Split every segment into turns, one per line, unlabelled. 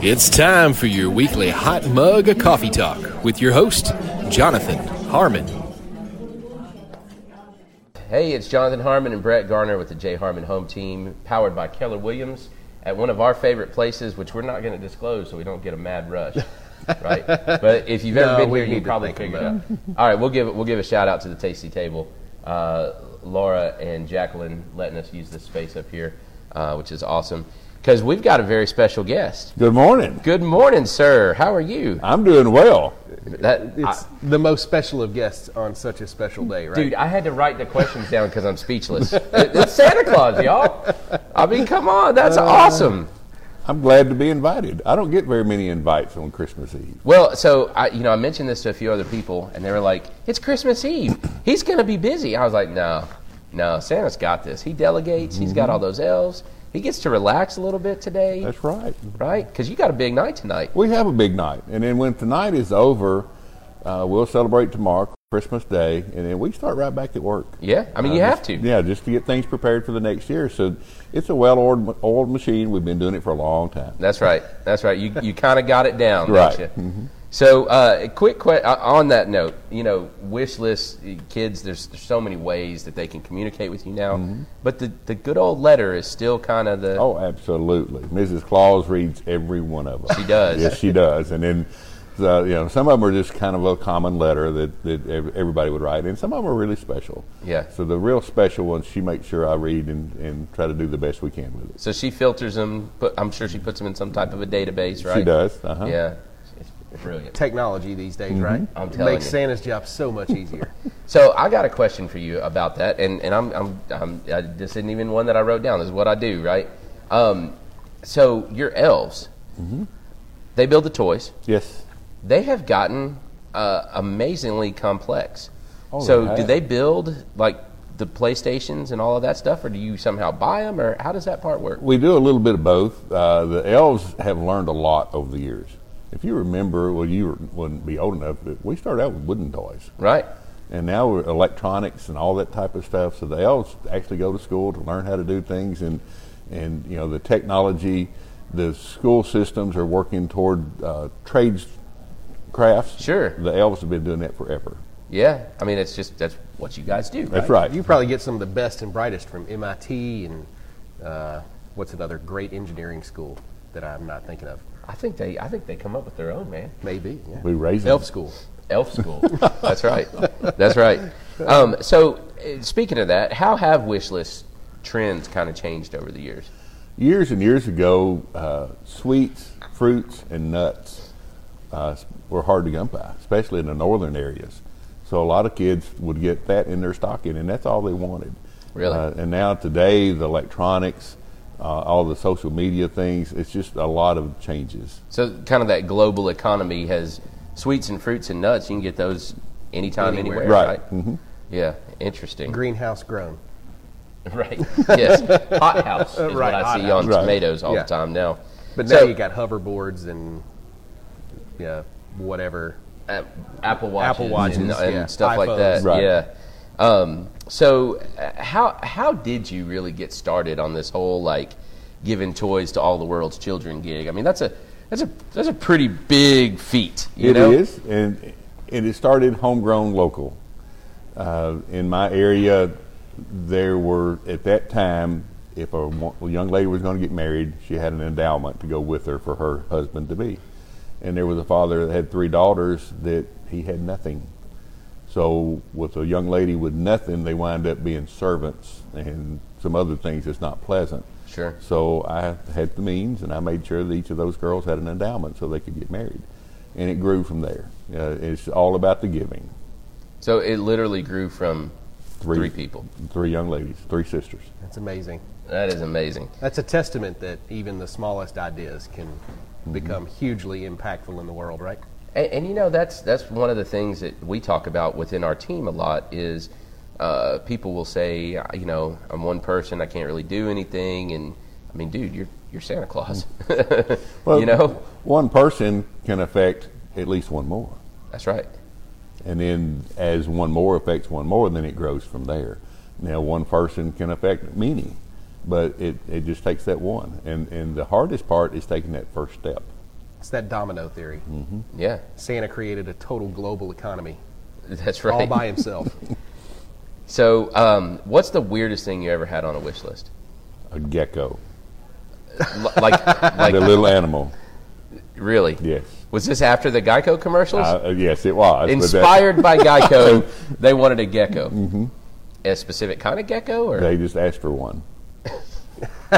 It's time for your weekly hot mug of coffee talk with your host, Jonathan Harmon.
Hey, it's Jonathan Harmon and Brett Garner with the J. Harmon Home Team, powered by Keller Williams, at one of our favorite places, which we're not going to disclose so we don't get a mad rush, right? But if you've ever
No,
been
we
here, you
need to
probably
think
figured it out. All right, we'll give we'll give a shout out to the Tasty Table, uh, Laura and Jacqueline letting us use this space up here, uh, which is awesome because we've got a very special guest.
Good morning.
Good morning, sir. How are you?
I'm doing well.
That, I-
It's the most special of guests on such a special day, right?
Dude, I had to write the questions down because I'm speechless. It- it's Santa Claus, y'all. I mean, come on, that's
Uh.
awesome.
I'm glad to be invited. I don't get very many invites on Christmas Eve.
Well, so I, you know, I mentioned this to a few other people, and they were like, "It's Christmas Eve. He's gonna be busy." I was like, "No, no, Santa's got this. He delegates. He's got all those elves. He gets to relax a little bit today,
Mm-hmm. That's right.
right? Because you got a big night tonight."
We have a big night. And then when tonight is over, uh, we'll celebrate tomorrow, Christmas Day, and then we start right back at work.
Yeah, I mean, you
Uh,
have
just-
to.
Yeah, just to get things prepared for the next year. So it's a well oiled oiled machine. We've been doing it for a long time.
That's right. That's right. You you kind of got it down,
Right. Mm-hmm.
Don't you? So, uh, a quick que- uh, on that note, you know, wish list uh, kids. There's, there's so many ways that they can communicate with you now, but the the good old letter is still kind of the.
Mm-hmm. Oh, absolutely. Mrs. Claus reads every one of them.
She does.
yes, she does. And then, uh, you know, some of them are just kind of a common letter that, that ev- everybody would write, and some of them are really special.
Yeah.
So the real special ones, she makes sure I read and, and try to do the best we can with it.
So she filters them. Put, I'm sure she puts them in some type of a database, right?
She does. Uh-huh.
Yeah, it's brilliant.
Technology these days, right?
Mm-hmm. I'm
It
telling
makes
you.
Santa's job so much easier.
So I got a question for you about that, and, and I'm, I'm, I'm I, this isn't even one that I wrote down. This is what I do, right? Um, so your elves,
Mm-hmm.
they build the toys.
Yes.
They have gotten uh, amazingly complex.
Oh,
so
they
do
have.
they build like the PlayStations and all of that stuff, or do you somehow buy them, or how does that part work?
We do a little bit of both. Uh, the elves have learned a lot over the years. If you remember, well, you were- wouldn't be old enough, but we started out with wooden toys.
Right?
and now we're electronics and all that type of stuff. So they all actually go to school to learn how to do things, and and you know the technology, the school systems are working toward uh, trades crafts.
Sure.
the elves have been doing that forever.
Yeah. I mean, it's just that's what you guys do.
That's right.
You probably get some of the best and brightest from MIT and uh, what's another great engineering school that I'm not thinking of?
I think they I think they come up with their own man.
Maybe. Yeah.
We raise them.
Elf school.
Elf school. That's right. That's right. Um, so, uh, speaking of that, how have wish list trends kind of changed over the years?
years and years ago, uh, sweets, fruits, and nuts uh, were hard to come by, especially in the northern areas. So a lot of kids would get that in their stocking, and that's all they wanted.
Really?
Uh, and now today, the electronics, uh, all the social media things, it's just a lot of changes.
So, kind of that global economy has sweets and fruits and nuts. You can get those anytime, anywhere.
Anywhere.
Right. Mm-hmm.
right? Yeah. Interesting.
Greenhouse grown.
Right. yes. Hot house is what
Right,
I
hot
see
house.
on
Right.
tomatoes all
Yeah.
the time now.
But now
So,
you got hoverboards and yeah, whatever.
App- uh, Apple Watches,
Apple Watches,
and, and
yeah.
stuff like that.
iPhones. Right.
Yeah. Um, so, uh, how how did you really get started on this whole like giving toys to all the world's children gig? I mean, that's a that's a that's a pretty big feat.
It
You
is,
know?
and and it started homegrown local. Uh, in my area, there were at that time, if a wo- a young lady was going to get married, she had an endowment to go with her for her husband to be, and there was a father that had three daughters that he had nothing. So with a young lady with nothing, they wind up being servants and some other things that's not pleasant.
Sure.
So I had the means, and I made sure that each of those girls had an endowment so they could get married, and it grew from there. Uh, it's all about the giving.
So it literally grew from three,
Three.
people.
Three young ladies, three sisters.
That's amazing.
That is amazing.
That's a testament that even the smallest ideas can
Mm-hmm.
become hugely impactful in the world, right?
And, and you know that's that's one of the things that we talk about within our team a lot is uh, people will say "I- you know I'm one person I can't really do anything and I mean dude you're you're Santa Claus you know
one person can affect at least one more,
that's right
and then as one more affects one more, then it grows from there. Now, one person can affect many, but it, it just takes that one, and and the hardest part is taking that first step.
It's that domino theory.
Yeah,
Santa created a total global economy
that's right.
all by himself.
So, um, what's the weirdest thing you ever had on a wish list?
A gecko,
L- like,
the
like
little animal.
really?
Yes.
Was this after the Geico commercials?
Uh, yes, it was. but that-
Inspired by Geico, they wanted a gecko. Mm-hmm. A specific kind of gecko, or
They just asked for one.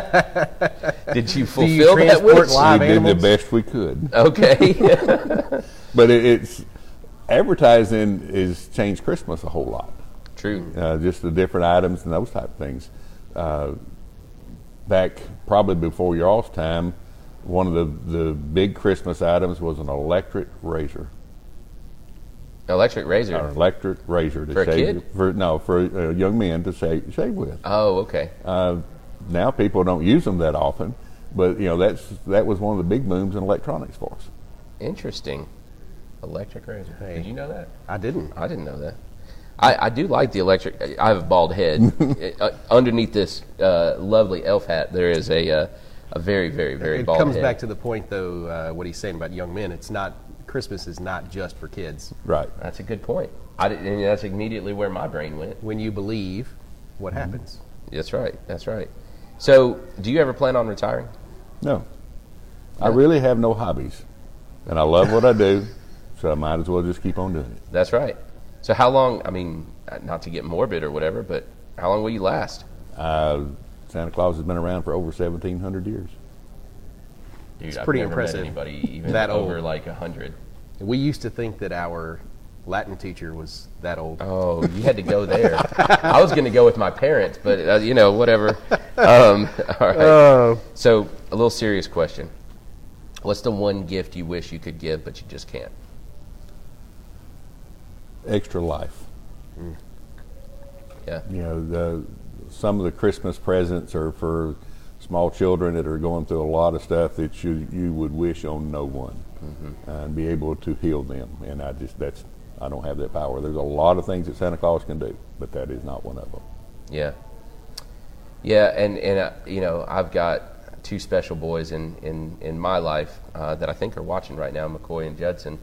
did you
Do you
fulfill that
transport
wish?
live
we
animals?
did the best we could,
Okay.
but it, it's advertising is changed Christmas a whole lot.
True.
uh, just the different items and those type of things. Uh, back probably before your off time, one of the, the big Christmas items was an electric razor.
Electric
An
razor.
electric razor to
For a
shave
kid?
for no for uh, young men to shave shave with.
Oh, okay.
Uh, now people don't use them that often, but you know that's that was one of the big booms in electronics for us.
Interesting. Electric razor.
Hey.
Did you know that?
I didn't.
I didn't know that. I, I do like the electric. I- I have a bald head. Uh, Underneath this uh, lovely elf hat, there is a uh, a very, very, very
it
bald
comes
head.
back to the point, though, uh, what he's saying about young men. It's not Christmas is not just for kids.
Right.
That's a good point. I didn't, and that's immediately where my brain went.
When you believe, what
Mm-hmm.
happens?
That's right. That's right. So, do you ever plan on retiring?
No. I really have no hobbies, and I love what I do, so I might as well just keep on doing it.
That's right. So, how long? I mean, not to get morbid or whatever, but how long will you last?
Uh, Santa Claus has been around for over 1,700 years.
Dude,
It's pretty impressive.
anybody even
That
over
old.
like a hundred.
We used to think that our Latin teacher was that old.
Oh, you had to go there. I was going to go with my parents, but uh, you know, whatever. Um, all right.
Oh.
so, a little serious question. What's the one gift you wish you could give but you just can't?
Extra life.
Yeah.
You know, the, some of the Christmas presents are for small children that are going through a lot of stuff that you, you would wish on no one uh, and be able to heal them. And I just, that's, I don't have that power. There's a lot of things that Santa Claus can do, but that is not one of them.
Yeah. Yeah, and and uh, you know, I've got two special boys in in in my life uh, that I think are watching right now, McCoy and Judson.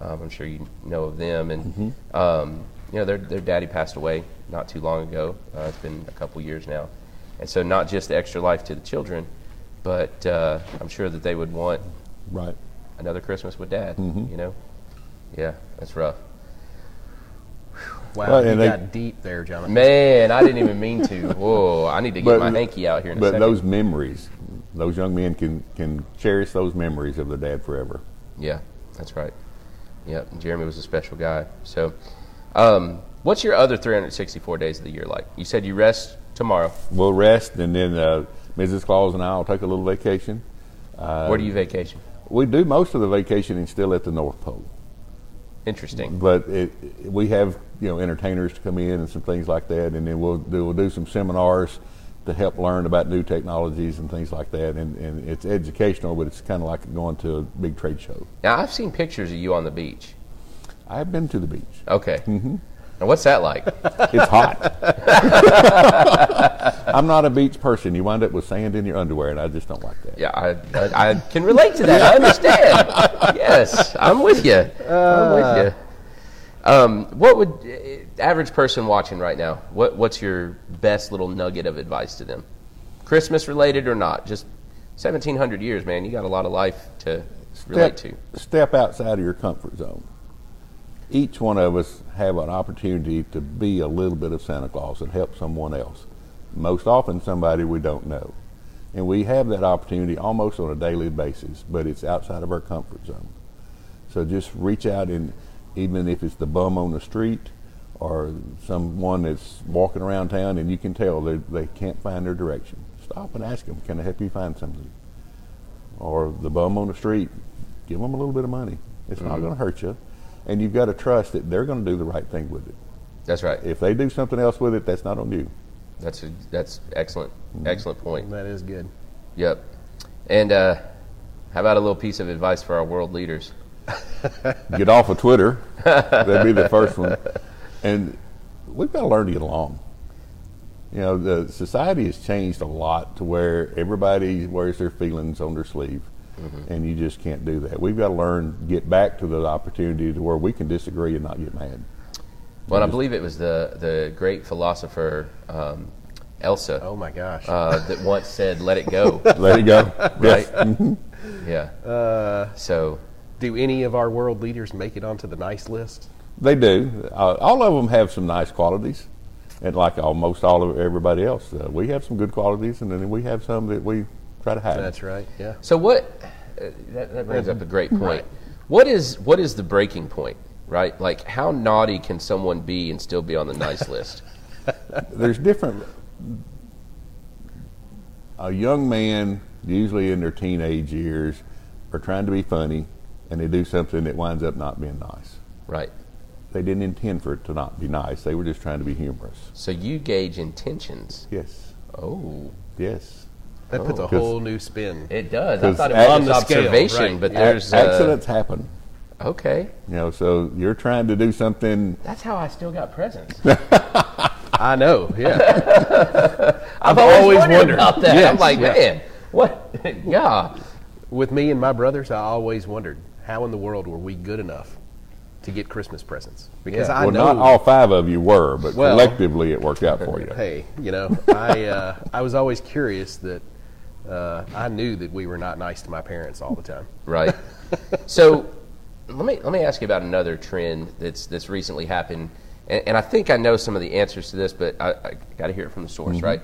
Um, I'm sure you know of them, and
Mm-hmm.
um, you know their their daddy passed away not too long ago. Uh, it's been a couple years now, and so not just the extra life to the children, but uh, I'm sure that they would want
Right.
another Christmas with Dad.
Mm-hmm.
You know, yeah, that's rough.
wow,
Well,
you
and they-
got deep there, Jonathan.
Man, I didn't even mean to. Whoa, I need to get my hanky out here in a
but
second.
those memories, those young men can, can cherish those memories of their dad forever.
Yeah, that's right. Yeah, Jeremy was a special guy. So, um, what's your other 364 days of the year like? You said you rest tomorrow.
We'll rest, and then uh, Mrs. Claus and I will take a little vacation.
Where do you vacation?
We do most of the vacationing still at the North Pole,
Interesting.
but it, we have you know entertainers to come in and some things like that, and then we'll do, we'll do some seminars to help learn about new technologies and things like that, and, and it's educational, but it's kind of like going to a big trade show.
Now I've seen pictures of you on the beach.
I've been to the beach.
Okay. Mm-hmm. Now what's that like?
It's hot. I'm not a beach person. You wind up with sand in your underwear, and I just don't like that.
yeah, I, I, I can relate to that. I understand. yes, I'm with you. I'm with you. Um, what would uh, average person watching right now? What what's your best little nugget of advice to them? Christmas related or not? Just 1700 years, man. You got a lot of life to relate to.
Step outside of your comfort zone. Each one of us have an opportunity to be a little bit of Santa Claus and help someone else. Most often, somebody we don't know. And we have that opportunity almost on a daily basis, but it's outside of our comfort zone. So just reach out and even if it's the bum on the street or someone that's walking around town and you can tell they, they can't find their direction, stop and ask them, can I help you find something? Or the bum on the street, give them a little bit of money. It's not going to hurt you. And you've got to trust that they're going to do the right thing with it.
That's right.
If they do something else with it, that's not on you.
That's a, that's excellent. Excellent point.
That is good.
Yep. And uh, how about a little piece of advice for our world leaders?
Get off of Twitter. That'd be the first one. And we've got to learn to get along. You know, the society has changed a lot to where everybody wears their feelings on their sleeve. and you just can't do that. We've got to learn get back to the opportunity to where we can disagree and not get mad.
Well, and I believe it was the the great philosopher um, Elsa
Oh my gosh.
uh, that once said, "Let it go."
Let it go.
Right.
Yes.
yeah. so
Do any of our world leaders make it onto the nice list?
They do. Uh, all of them have some nice qualities, and like almost all of everybody else, uh, we have some good qualities, and then we have some that we try to hide.
That's right. Yeah.
So what? Uh, that, that brings up a great point. What is what is the breaking point? Right? Like how naughty can someone be and still be on the nice list?
There's different. A young man, usually in their teenage years, are trying to be funny, and they do something that winds up not being nice.
Right.
They didn't intend for it to not be nice. They were just trying to be humorous.
So you gauge intentions.
Yes.
Oh,
Yes.
That puts a
Oh, 'Cause-
whole new spin.
it does. I
'Cause
thought it was
on
just
the scale,
observation,
right.
but
A-
there's uh,
accidents happen.
Okay,
You know, so you're trying to do something
that's how I still got presents.
I know. Yeah.
I've
always wondered.
about that.
Yes,
I'm like,
yeah.
man, what? yeah,
With me and my brothers, I always wondered how in the world were we good enough to get Christmas presents? Because
Yeah.
I
well,
know.
not all five of you were, but
Well-
collectively it worked out for you.
Hey, you know, I uh, I was always curious that uh, I knew that we were not nice to my parents all the time.
right. so let me let me ask you about another trend that's that's recently happened, and, and I think I know some of the answers to this, but I, I got to hear it from the source,
Mm-hmm.
right?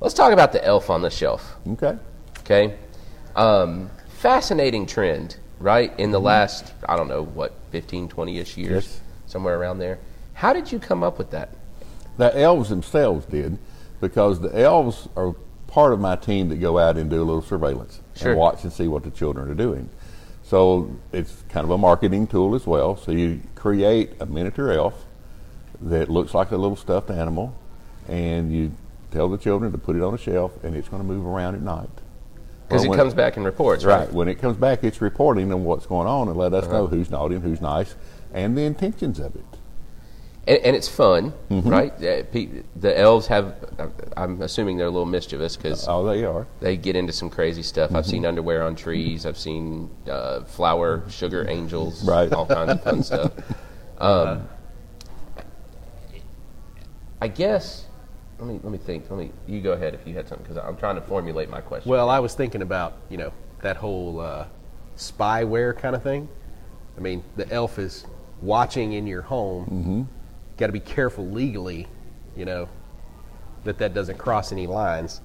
Let's talk about the elf on the shelf.
Okay.
Okay, um, fascinating trend, right? In the last I don't know what 15, 20 ish years,
Mm-hmm. Yes.
somewhere around there. How did you come up with that?
The elves themselves did, because the elves are part of my team that go out and do a little surveillance
Sure.
and watch and see what the children are doing. So it's kind of a marketing tool as well. So you create a miniature elf that looks like a little stuffed animal, and you tell the children to put it on a shelf, and it's going to move around at night.
Because
Well,
it
when-
comes back and reports, right?
Right. When it comes back, it's reporting on what's going on and let us know who's naughty and who's nice and the intentions of it.
and, and it's fun,
Mm-hmm.
right? Uh, pe- The elves have, uh, I'm assuming they're a little mischievous because
Oh, they are.
they get into some crazy stuff. I've seen underwear on trees. I've seen uh, flower sugar angels.
Right.
All kinds of fun stuff. Um, I guess. Let me let me think. Let me. You go ahead if you had something because I'm trying to formulate my question.
Well, I was thinking about you know that whole uh, spyware kind of thing. I mean, the elf is watching in your home. Mm-hmm. Got to be careful legally, you know, that that doesn't cross any lines.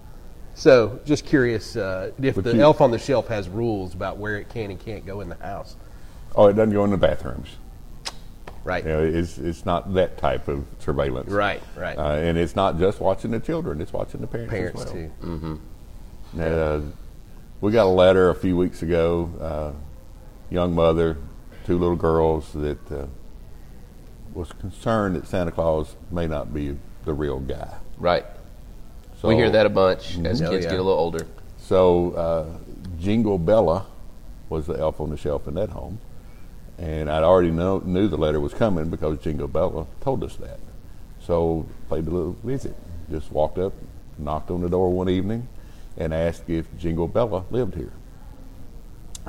So, just curious uh, if
But
the
you-
elf on the shelf has rules about where it can and can't go in the house,
Oh, it doesn't go in the bathrooms.
right?
You know, it's, it's not that type of surveillance.
Right, right.
Uh, and it's not just watching the children, it's watching the parents,
Parents
as well.
too.
Uh, we got a letter a few weeks ago. Uh, young mother, two little girls that uh, was concerned that Santa Claus may not be the real guy.
right.
So
we hear that a bunch as
Mhm. Oh,
kids
yeah.
get a little older.
So uh, Jingle Bella was the elf on the shelf in that home, and I'd already know, knew the letter was coming because Jingle Bella told us that. So played a little visit, just walked up, knocked on the door one evening, and asked if Jingle Bella lived here.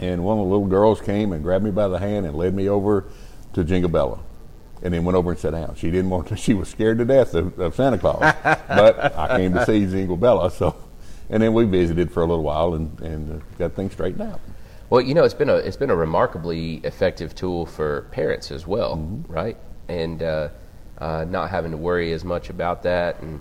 And one of the little girls came and grabbed me by the hand and led me over to Jingle Bella. And then went over and sat down. She didn't want to, she was scared to death of, of Santa Claus. but I came to see Jingle Bella, so. And then we visited for a little while and, and uh, got things straightened out.
Well, you know, it's been a it's been a remarkably effective tool for parents as well,
Mm-hmm.
right? And uh, uh, not having to worry as much about that, and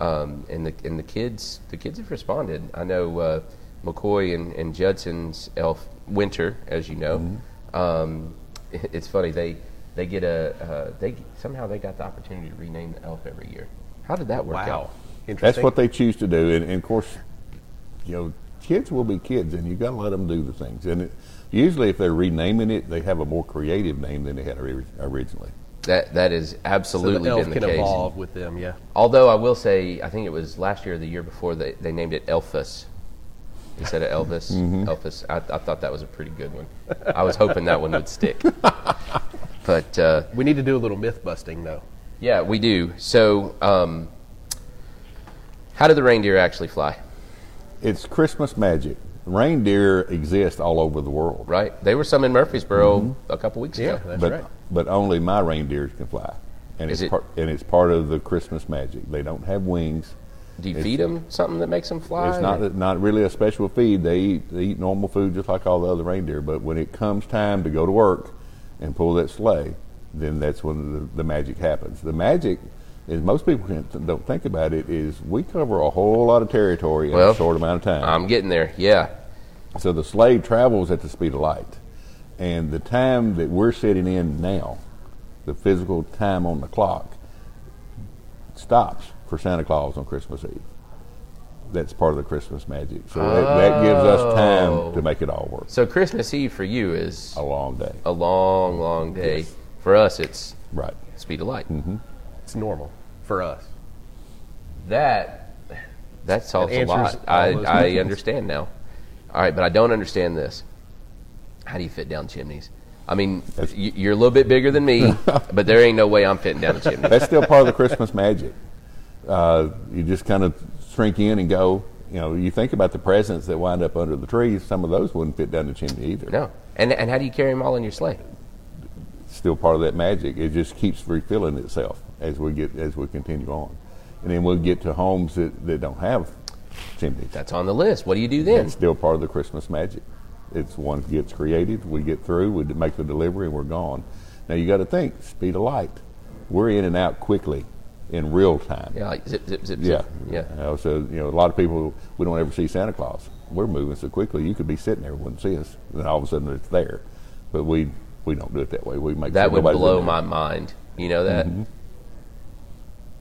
um, and the and the kids the kids have responded. I know uh, McCoy and, and Judson's Elf Winter, as you know,
Mm-hmm.
um, it- it's funny they they get a uh, they somehow they got the opportunity to rename the elf every year. How did that work
Wow,
out?
That's
interesting.
what they choose to do. And, and of course, you know, kids will be kids and you got to let them do the things. And it, usually, if they're renaming it, they have a more creative name than they had ori- originally.
That that has
so
absolutely
the elf
been the
can
case.
evolve with them. Yeah,
Although I will say, I think it was last year or the year before they, they named it Elphus instead of Elvis.
Mm-hmm.
Elphus. I, I thought that was a pretty good one. I was hoping that one would stick. But uh,
we need to do a little myth busting though.
yeah, we do. So, um, how do the reindeer actually fly?
It's Christmas magic. reindeer exist all over the world,
right? They were some in Murfreesboro
Mm-hmm.
a couple weeks
Yeah,
ago.
that's
but
right.
but only my reindeers can fly, and
Is
it's
it-
part, and it's part of the Christmas magic. They don't have wings.
Do you
It's-
feed them something that makes them fly?
It's not
or-
not really a special feed. They eat they eat normal food just like all the other reindeer. But when it comes time to go to work and pull that sleigh, then that's when the, the magic happens. The magic is most people can, don't think about it. Is we cover a whole lot of territory in
Well,
a short amount of time.
I'm getting there. Yeah.
So the slave travels at the speed of light. And the time that we're sitting in now, the physical time on the clock, stops for Santa Claus on Christmas Eve. That's part of the Christmas magic. So that, that gives us time to make it all work.
So Christmas Eve for you is
A long day.
a long, long day. For us, it's
Right.
speed of light.
It's normal for us.
That that solves a
answers
lot.
all
I,
those
I
questions.
understand now. All right, but I don't understand this. How do you fit down chimneys? I mean,
That's-
you, you're a little bit bigger than me, but there ain't no way I'm fitting down a chimney.
That's still part of the Christmas magic. Uh, you just kind of shrink in and go. You know, you think about the presents that wind up under the trees. Some of those wouldn't fit down the chimney either.
No. And and how do you carry them all in your sleigh?
still part of that magic. It just keeps refilling itself as we get as we continue on, and then we'll get to homes that, that don't have chimneys.
That's on the list. What do you do then?
That's still part of the Christmas magic. It's one gets created, we get through, we make the delivery, and we're gone. Now you got to think speed of light. We're in and out quickly, in real time.
Yeah, like zip, zip, zip,
Yeah,
zip. Yeah.
You know, so you know, a lot of people we don't ever see Santa Claus. We're moving so quickly, you could be sitting there, wouldn't see us, and then all of a sudden it's there. But we we don't do it that way. We make
That
sure
would
nobody's in
blow
there.
my mind. You know that?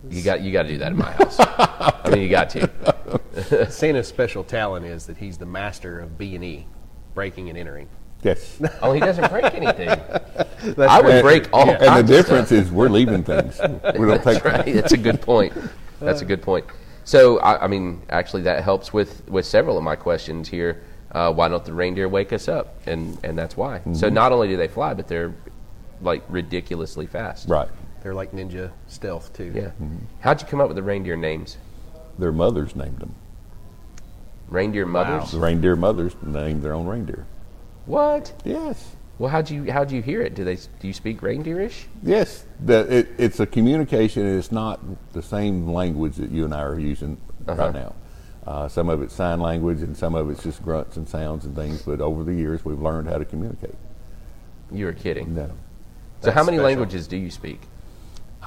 You got you got to do that in my house. I mean, you got to.
Santa's special talent is that he's the master of B and E, breaking and entering.
Yes.
Oh, he doesn't break anything.
That's
I would break all
And the
kinds of
difference
stuff.
is we're leaving things. We don't
That's
take
right. That's a good point. That's a good point. So, I, I mean, actually, that helps with, with several of my questions here. Uh, why don't the reindeer wake us up? And and that's why. So not only do they fly, but they're like ridiculously fast.
right.
They're like ninja stealth too.
Yeah. How'd you come up with the reindeer names?
Their mothers named them.
Reindeer mothers.
The reindeer mothers named their own reindeer.
What?
Yes.
Well, how'd you how'd you hear it? Do they do you speak reindeerish?
Yes. The, it, it's a communication. and It's not the same language that you and I are using
Uh-huh.
right now. Uh, some of it's sign language and some of it's just grunts and sounds and things. But over the years, we've learned how to communicate.
You were kidding.
No.
so how many
special.
languages do you speak?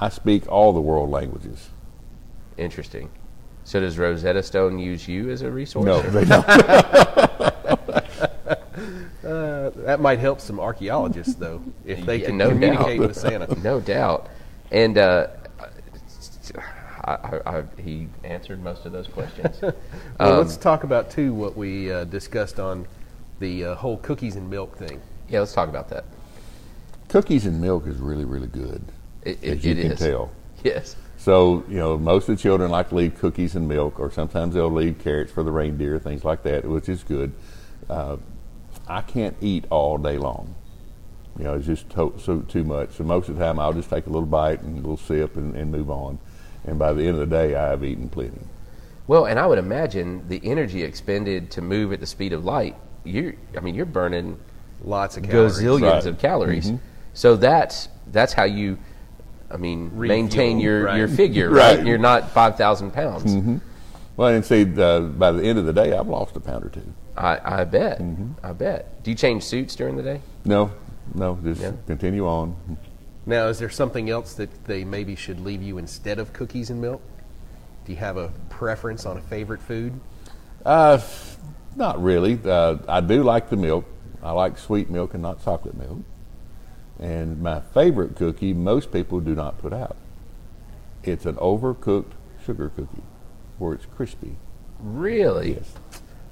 I speak all the world languages.
Interesting. So does Rosetta Stone use you as a resource?
No,
or-
they don't.
Uh, that might help some archaeologists though if they
Yeah,
can
no
communicate
doubt.
with Santa.
no doubt. And uh, I, I, I, he answered most of those questions. Um,
Well, let's talk about too what we uh, discussed on the uh, whole cookies and milk thing.
yeah, let's talk about that.
Cookies and milk is really, really good.
It, it,
as you
it
can
is.
tell.
Yes.
So, you know, most of the children like to leave cookies and milk, or sometimes they'll leave carrots for the reindeer, things like that, which is good. Uh, I can't eat all day long. You know, it's just to- so too much. So most of the time, I'll just take a little bite and a little sip and, and move on. And by the end of the day, I've eaten plenty.
Well, and I would imagine the energy expended to move at the speed of light. You, I mean, you're burning
Lots of Mm-hmm. calories.
gazillions
Right.
of calories. So that's that's how you, I mean, maintain
Refuel,
your,
right. Mm-hmm.
your figure. Right.
Right.
You're not five thousand pounds.
Well, and see, uh, by the end of the day, I've lost a pound or two.
I, I bet.
Mm-hmm.
I bet. Do you change suits during the day?
No, no, just
Yeah.
continue on.
Now, is there something else that they maybe should leave you instead of cookies and milk? Do you have a preference on a favorite food?
Uh, not really. Uh, I do like the milk. I like sweet milk and not chocolate milk. And my favorite cookie, most people do not put out. It's an overcooked sugar cookie, where it's crispy.
Really?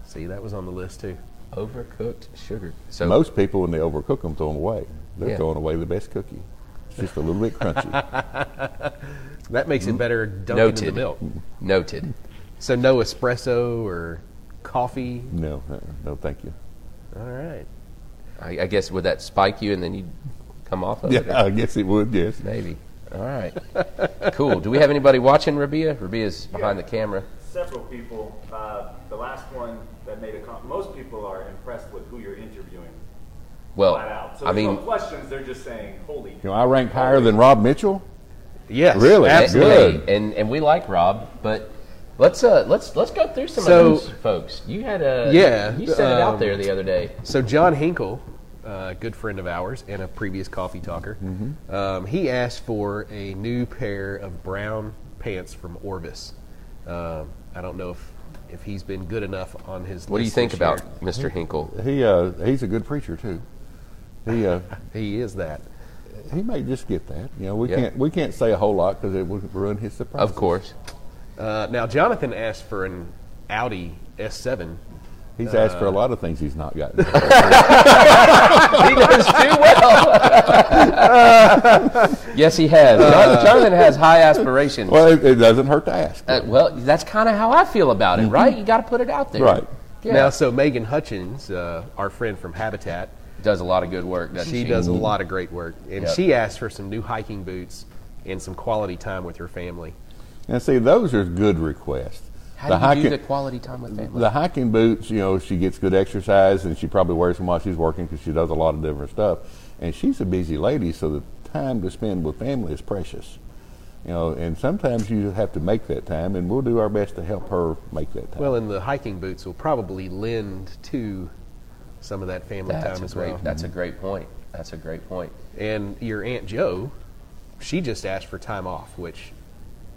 See, that was on the list too.
Overcooked sugar. So
Most people, when they overcook them, throw them away. They're
Oh. Yeah.
throwing away the best cookie. It's just a little bit crunchy.
That makes it better dunked into
Mm-hmm.
the
Noted.
milk.
noted.
So no espresso or coffee.
No, uh-uh, no, thank you.
All right.
I, I guess would that spike you and then you would come off of
Yeah,
it?
I guess it would. Yes.
Maybe. All right. cool. Do we have anybody watching Rabia? Rabia's behind the camera.
several people. Uh, the last one that made a com- most people are impressed with who you're interviewing.
Well,
flat out. So
Oh, I
there's
mean,
no questions. They're just saying, "Holy."
You know, I rank higher than Rob Mitchell.
Yes,
Really?
that's
absolutely.
Good.
great, and and we like Rob, but let's uh let's let's go through some
So-
of those folks. You had a
Yeah,
you said it out
um,
there the other day.
So John Hinkle, a good friend of ours and a previous coffee talker,
Mm-hmm.
um, he asked for a new pair of brown pants from Orvis. Um, I don't know if, if he's been good enough on his.
What do you
list
think
this year.
about Mr. Hinkle?
He uh, he's a good preacher too. He uh,
He is that.
he may just get that. You know, we
Yeah.
can't we can't say a whole lot because it would ruin his surprise.
Of course,
Uh, now Jonathan asked for an Audi S7.
he's asked
Uh.
for a lot of things he's not gotten.
he knows too well. yes, he has. Jon- Jonathan has high aspirations.
well, it, it doesn't hurt to ask.
Uh, well, that's kind of how I feel about it, right? You got to put it out there.
Right.
Yeah.
Now, so Megan Hutchins, uh, our friend from Habitat,
does a lot of good work, doesn't she?
she does a lot of great work, and
Yep.
she asked for some new hiking boots and some quality time with her family.
And see, those are good requests.
How
The
do you do
hiking-
the quality time with family?
The hiking boots, you know, she gets good exercise and she probably wears them while she's working because she does a lot of different stuff. And she's a busy lady, so the time to spend with family is precious. You know, and sometimes you have to make that time, and we'll do our best to help her make that time.
Well, and the hiking boots will probably lend to some of that family
that's
time
a
as
great.
well.
That's a great point. That's a great point.
And your Aunt Jo, she just asked for time off, which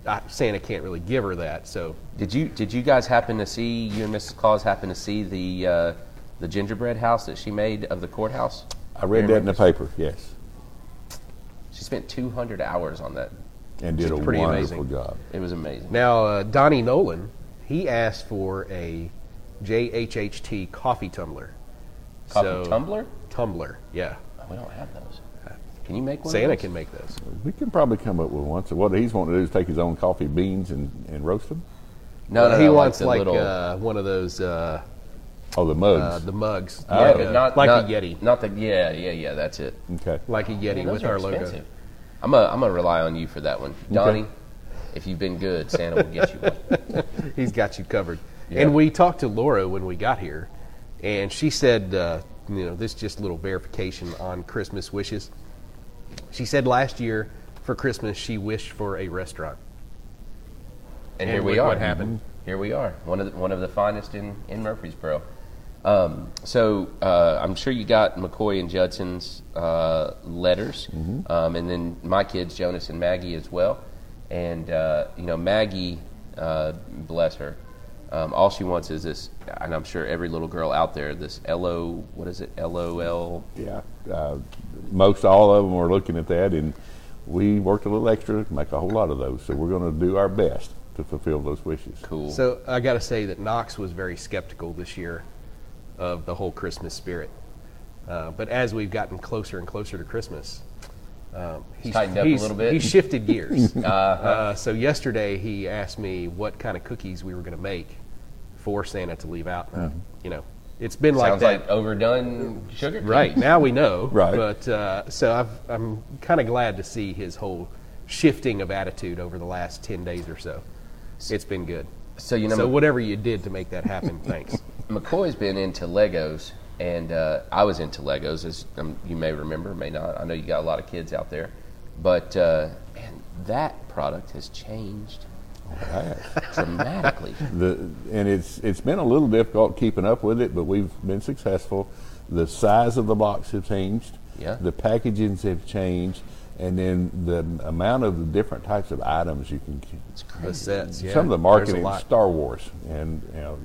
I, Santa can't really give her that. So
Did you did you guys happen to see you and Mrs. Claus happen to see the uh, the gingerbread house that she made of the courthouse?
I read that in the paper, yes,
She spent 200 hours on that.
and did a
pretty
wonderful
amazing.
job.
It was amazing.
now uh, Donnie Nolan, he asked for a JHHT coffee tumbler.
Coffee
So-
tumbler?
Tumbler, yeah.
We don't have those. Can you make one? of
Santa
those?
can make those.
We can probably come up with one. So what he's wanting to do is take his own coffee beans and, and roast them.
No, no,
he
no,
wants
the
like,
little,
uh, one of those uh,
Oh, the mugs.
uh, the mugs,
yeah,
like,
but
a,
not
like
not,
a Yeti,
Not the yeah, yeah, yeah. That's it.
okay.
like a Yeti
Man, those
with
are
our logo.
expensive. I'm gonna I'm gonna rely on you for that one, Donnie. If you've been good, Santa will get you one.
He's got you covered.
Yeah.
And we talked to Laura when we got here, and she said, uh, you know, this is just a little verification on Christmas wishes. She said last year for Christmas she wished for a restaurant.
And, here we
look
are.
What happened?
Here we are. One of the, one of the finest in in Murfreesboro. Um, so uh, I'm sure you got McCoy and Judson's uh, letters,
Mm-hmm.
um, and then my kids Jonas and Maggie as well. And uh, you know Maggie, uh, bless her. Um, all she wants is this, and I'm sure every little girl out there, this LO, what is it, LOL
Yeah, uh, most all of them are looking at that, and we worked a little extra to make a whole lot of those. So we're going to do our best to fulfill those wishes.
cool.
So I got to say that Knox was very skeptical this year of the whole Christmas spirit. Uh, but as we've gotten closer and closer to Christmas, um, he's,
tightened up a
he's-
little bit. Uh-huh.
He shifted gears. Uh, so yesterday he asked me what kind of cookies we were going to make for Santa to leave out. You know, it's been like
Uh-huh. Sounds
that.
like, overdone sugar.
right
cookies.
now we know.
Right.
But uh, so I've, I'm kind of glad to see his whole shifting of attitude over the last ten days or so. It's been good.
So you know,
So whatever you did to make that happen, thanks.
McCoy's been into Legos, and uh, I was into Legos, as um, you may remember, may not. I know you got a lot of kids out there, but uh, man, that product has changed dramatically.
The, and it's it's been a little difficult keeping up with it, but we've been successful. The size of the box have changed.
Yeah.
The packagings have changed, and then the amount of the different types of items you can.
the sets. Yeah.
Some of the
There's
marketing
a lot.
Star Wars, and you know,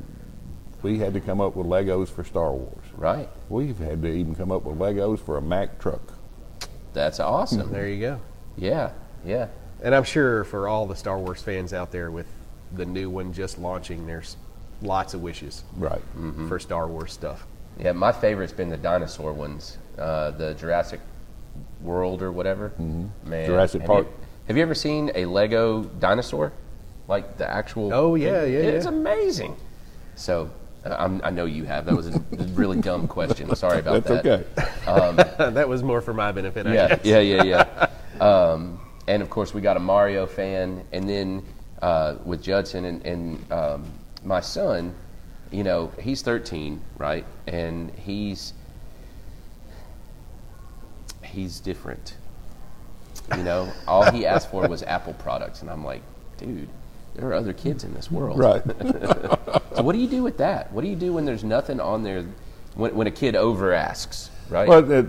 we had to come up with Legos for Star Wars.
right?
We've had to even come up with Legos for a Mack truck.
That's awesome.
There you go.
Yeah, yeah.
And I'm sure for all the Star Wars fans out there with the new one just launching, there's lots of wishes
Right.
Mm-hmm.
for Star Wars stuff.
Yeah, my favorite's been the dinosaur ones, uh, the Jurassic World or whatever. Man,
Jurassic
have
Park.
You, have you ever seen a Lego dinosaur, like the actual?
Oh, yeah, yeah,
It's
yeah.
amazing. So uh, I'm, I know you have. That was a really dumb question. Sorry about
That's
that.
okay.
that was more for my benefit. I
Yeah,
guess.
yeah, yeah, yeah. um, and of course, we got a Mario fan, and then uh, with Judson and, and um, my son. You know, he's 13, right? And he's he's different. You know, all he asked for was Apple products, and I'm like, dude, there are other kids in this world.
Right.
So what do you do with that? What do you do when there's nothing on there? When, when a kid over asks, right?
But it,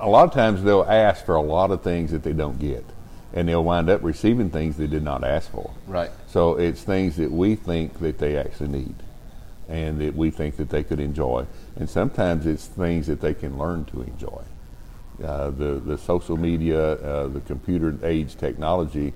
a lot of times they'll ask for a lot of things that they don't get, and they'll wind up receiving things they did not ask for.
Right.
So it's things that we think that they actually need, and that we think that they could enjoy, and sometimes it's things that they can learn to enjoy. Uh, the the social media, uh, the computer age technology,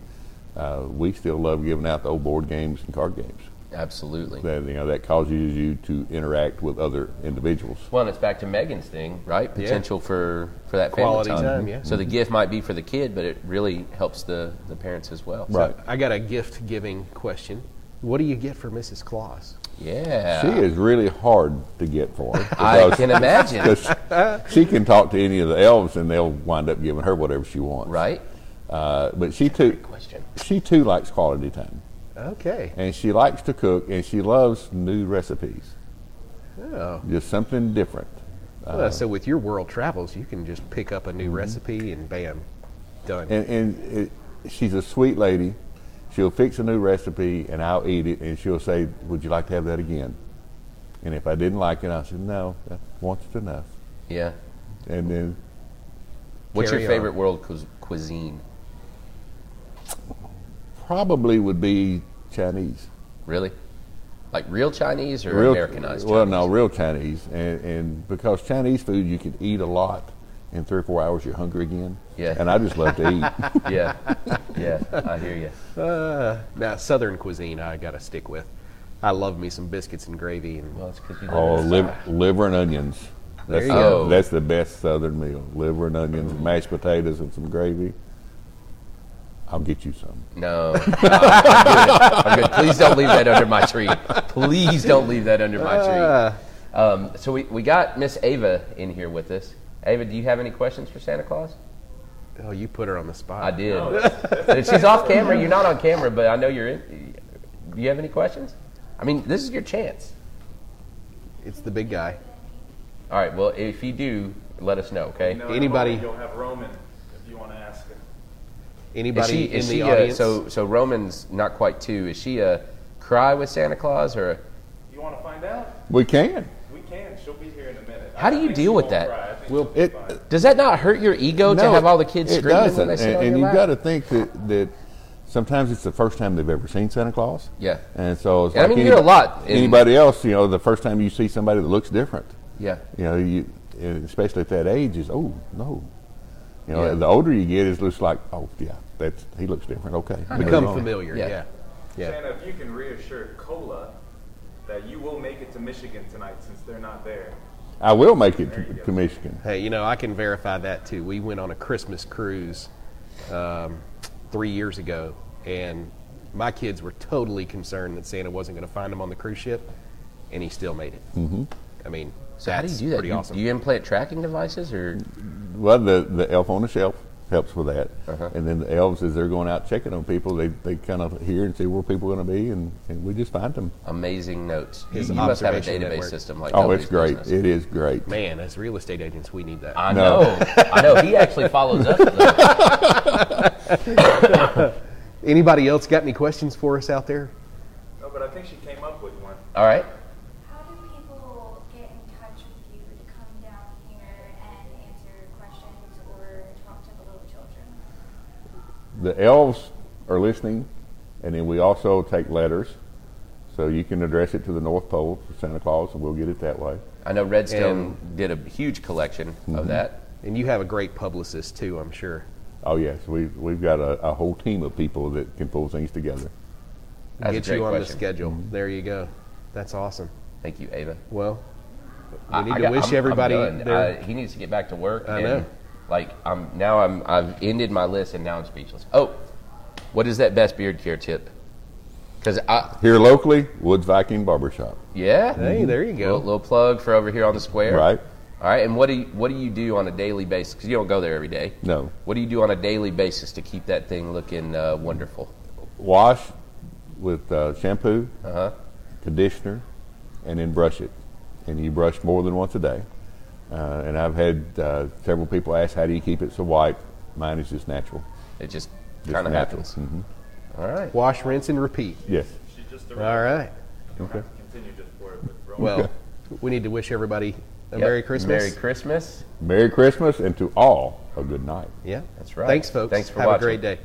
uh, we still love giving out the old board games and card games.
Absolutely.
That you know that causes you to interact with other individuals.
Well, and it's back to Megan's thing, right? Potential for for that family
Quality time, yeah.
So the gift might be for the kid, but it really helps the the parents as well.
Right.
I got a gift giving question. What do you get for Mrs. Claus?
Yeah.
She is really hard to get for.
I
because-
can imagine.
'cause she can talk to any of the elves, and they'll wind up giving her whatever she wants.
Right.
Uh, but she too,
Question.
she too likes quality time,
Okay.
and she likes to cook, and she loves new recipes,
Oh.
just something different. Uh-huh.
Well, so with your world travels, you can just pick up a new recipe and bam, done.
Mm-hmm. And, and it, she's a sweet lady. She'll fix a new recipe, and I'll eat it, and she'll say, "Would you like to have that again?" And if I didn't like it, I said, "No, that once is enough."
Yeah.
And then
What's
Carry
your
on.
favorite world cu- cuisine?
probably would be Chinese.
Really? Like real Chinese or Americanized?
Well,
Chinese?
no, real Chinese, and, and because Chinese food you can eat a lot. In three or four hours, you're hungry again.
Yeah.
And I just love to eat.
Yeah. Yeah. I hear you.
Uh, now, Southern cuisine, I got to stick with. I love me some biscuits and gravy. And
Well, it's because you live
oh,
in the
liv-
South.
liver and onions. That's,
There you
the,
go.
that's the best Southern meal. Liver and onions, and mashed potatoes, and some gravy. I'll get you some.
No. no, I'm, good. I'm good. Please don't leave that under my tree. Please don't leave that under my
Ah.
tree. Um, so we, we got Miss Ava in here with us. Ava, do you have any questions for Santa Claus?
oh, you put her on the spot.
I did. She's off camera. You're not on camera, but I know you're in. Do you have any questions? I mean, this is your chance.
It's the big guy.
All right. Well, if you do, let us know. Okay.
You know, in a
Anybody-
moment You'll have Roman if you want to ask him.
Is
Anybody
she,
in
is
the
she uh,
audience?
so so Roman's not quite two. Is she a cry with Santa Claus or? A,
You want to find out?
We can.
We can. She'll be here in a minute.
How do
I
you
think
deal
she
with
won't
that?
cry. I think
Well,
she'll be
it-
fine.
does that not hurt your ego to have all the kids
it
screaming
doesn't.
when they sit
and,
on
and
your
you
lap?
got to think that that sometimes it's the first time they've ever seen Santa Claus.
Yeah.
and so it's
And I
like
mean, you're a lot in-
anybody else, you know, the first time you see somebody that looks different,
Yeah.
you know, you and especially at that age is oh no, you know,
Yeah.
the older you get, it's just like oh yeah, that's he looks different. Okay,
Become
Moving on.
familiar.
Yeah.
Yeah. yeah.
Santa, if you can reassure Cola that you will make it to Michigan tonight since they're not there.
I will make it to, to Michigan.
Hey, you know, I can verify that too. We went on a Christmas cruise um, three years ago, and my kids were totally concerned that Santa wasn't going to find them on the cruise ship, and he still made it. Mm-hmm. I mean,
So how do
that's
you do that?
pretty
you,
awesome.
Do you implant tracking devices or?
Well, the, the elf on the shelf helps with that, and then the elves as they're going out checking on people, they they kind of hear and see where people are going to be, and, and we just find them.
amazing notes.
His
you must have a database
observation network.
system like
Oh, it's
nobody's
great.
business.
It is great.
Man, as real estate agents, we need that.
I
No.
know. I know. He actually follows up. with us.
Anybody else got any questions for us out there?
No, but I think she came up with one.
All right.
How do people get in touch with you to come down here and answer questions or talk to the little children?
The elves are listening, and then we also take letters. So you can address it to the North Pole for Santa Claus, and we'll get it that way.
I know Redstone did a huge collection
Mm-hmm.
of that.
And you have a great publicist too, I'm sure.
Oh yes, we we've got a, a whole team of people that can pull things together.
That's a
Get
great
you on the
question.
schedule. There you go. That's awesome.
Thank you, Ava.
Well, we
I-
need
I
to
got-
wish
I'm- I'm
everybody
done.
their
I- he needs to get back to work.
I
and,
know.
Like I'm now. I'm. I've ended my list, and now I'm speechless. Oh, what is that best beard care tip? Because I
Here locally, Woods Viking Barbershop.
yeah. Mm-hmm.
Hey, there you go.
Little, little plug for over here on the square.
Right.
All right. And what do you, what do you do on a daily basis? Because you don't go there every day.
No.
What do you do on a daily basis to keep that thing looking uh, wonderful?
Wash, with uh, shampoo, conditioner, and then brush it. And you brush more than once a day. Uh, and I've had uh, several people ask, "How do you keep it so white?" Mine is just natural.
It just
Just
kind of
natural.
happens.
Mhm.
All right.
Wash, rinse, and repeat.
Yes.
She's just a
All right.
Okay.
Continue just for it with Roman.
Well, we need to wish everybody a
Yep.
Merry Christmas.
Merry Christmas.
Merry Christmas, and to all a good night.
Yeah.
That's right.
Thanks, folks.
Thanks for
Have
watching.
a great day.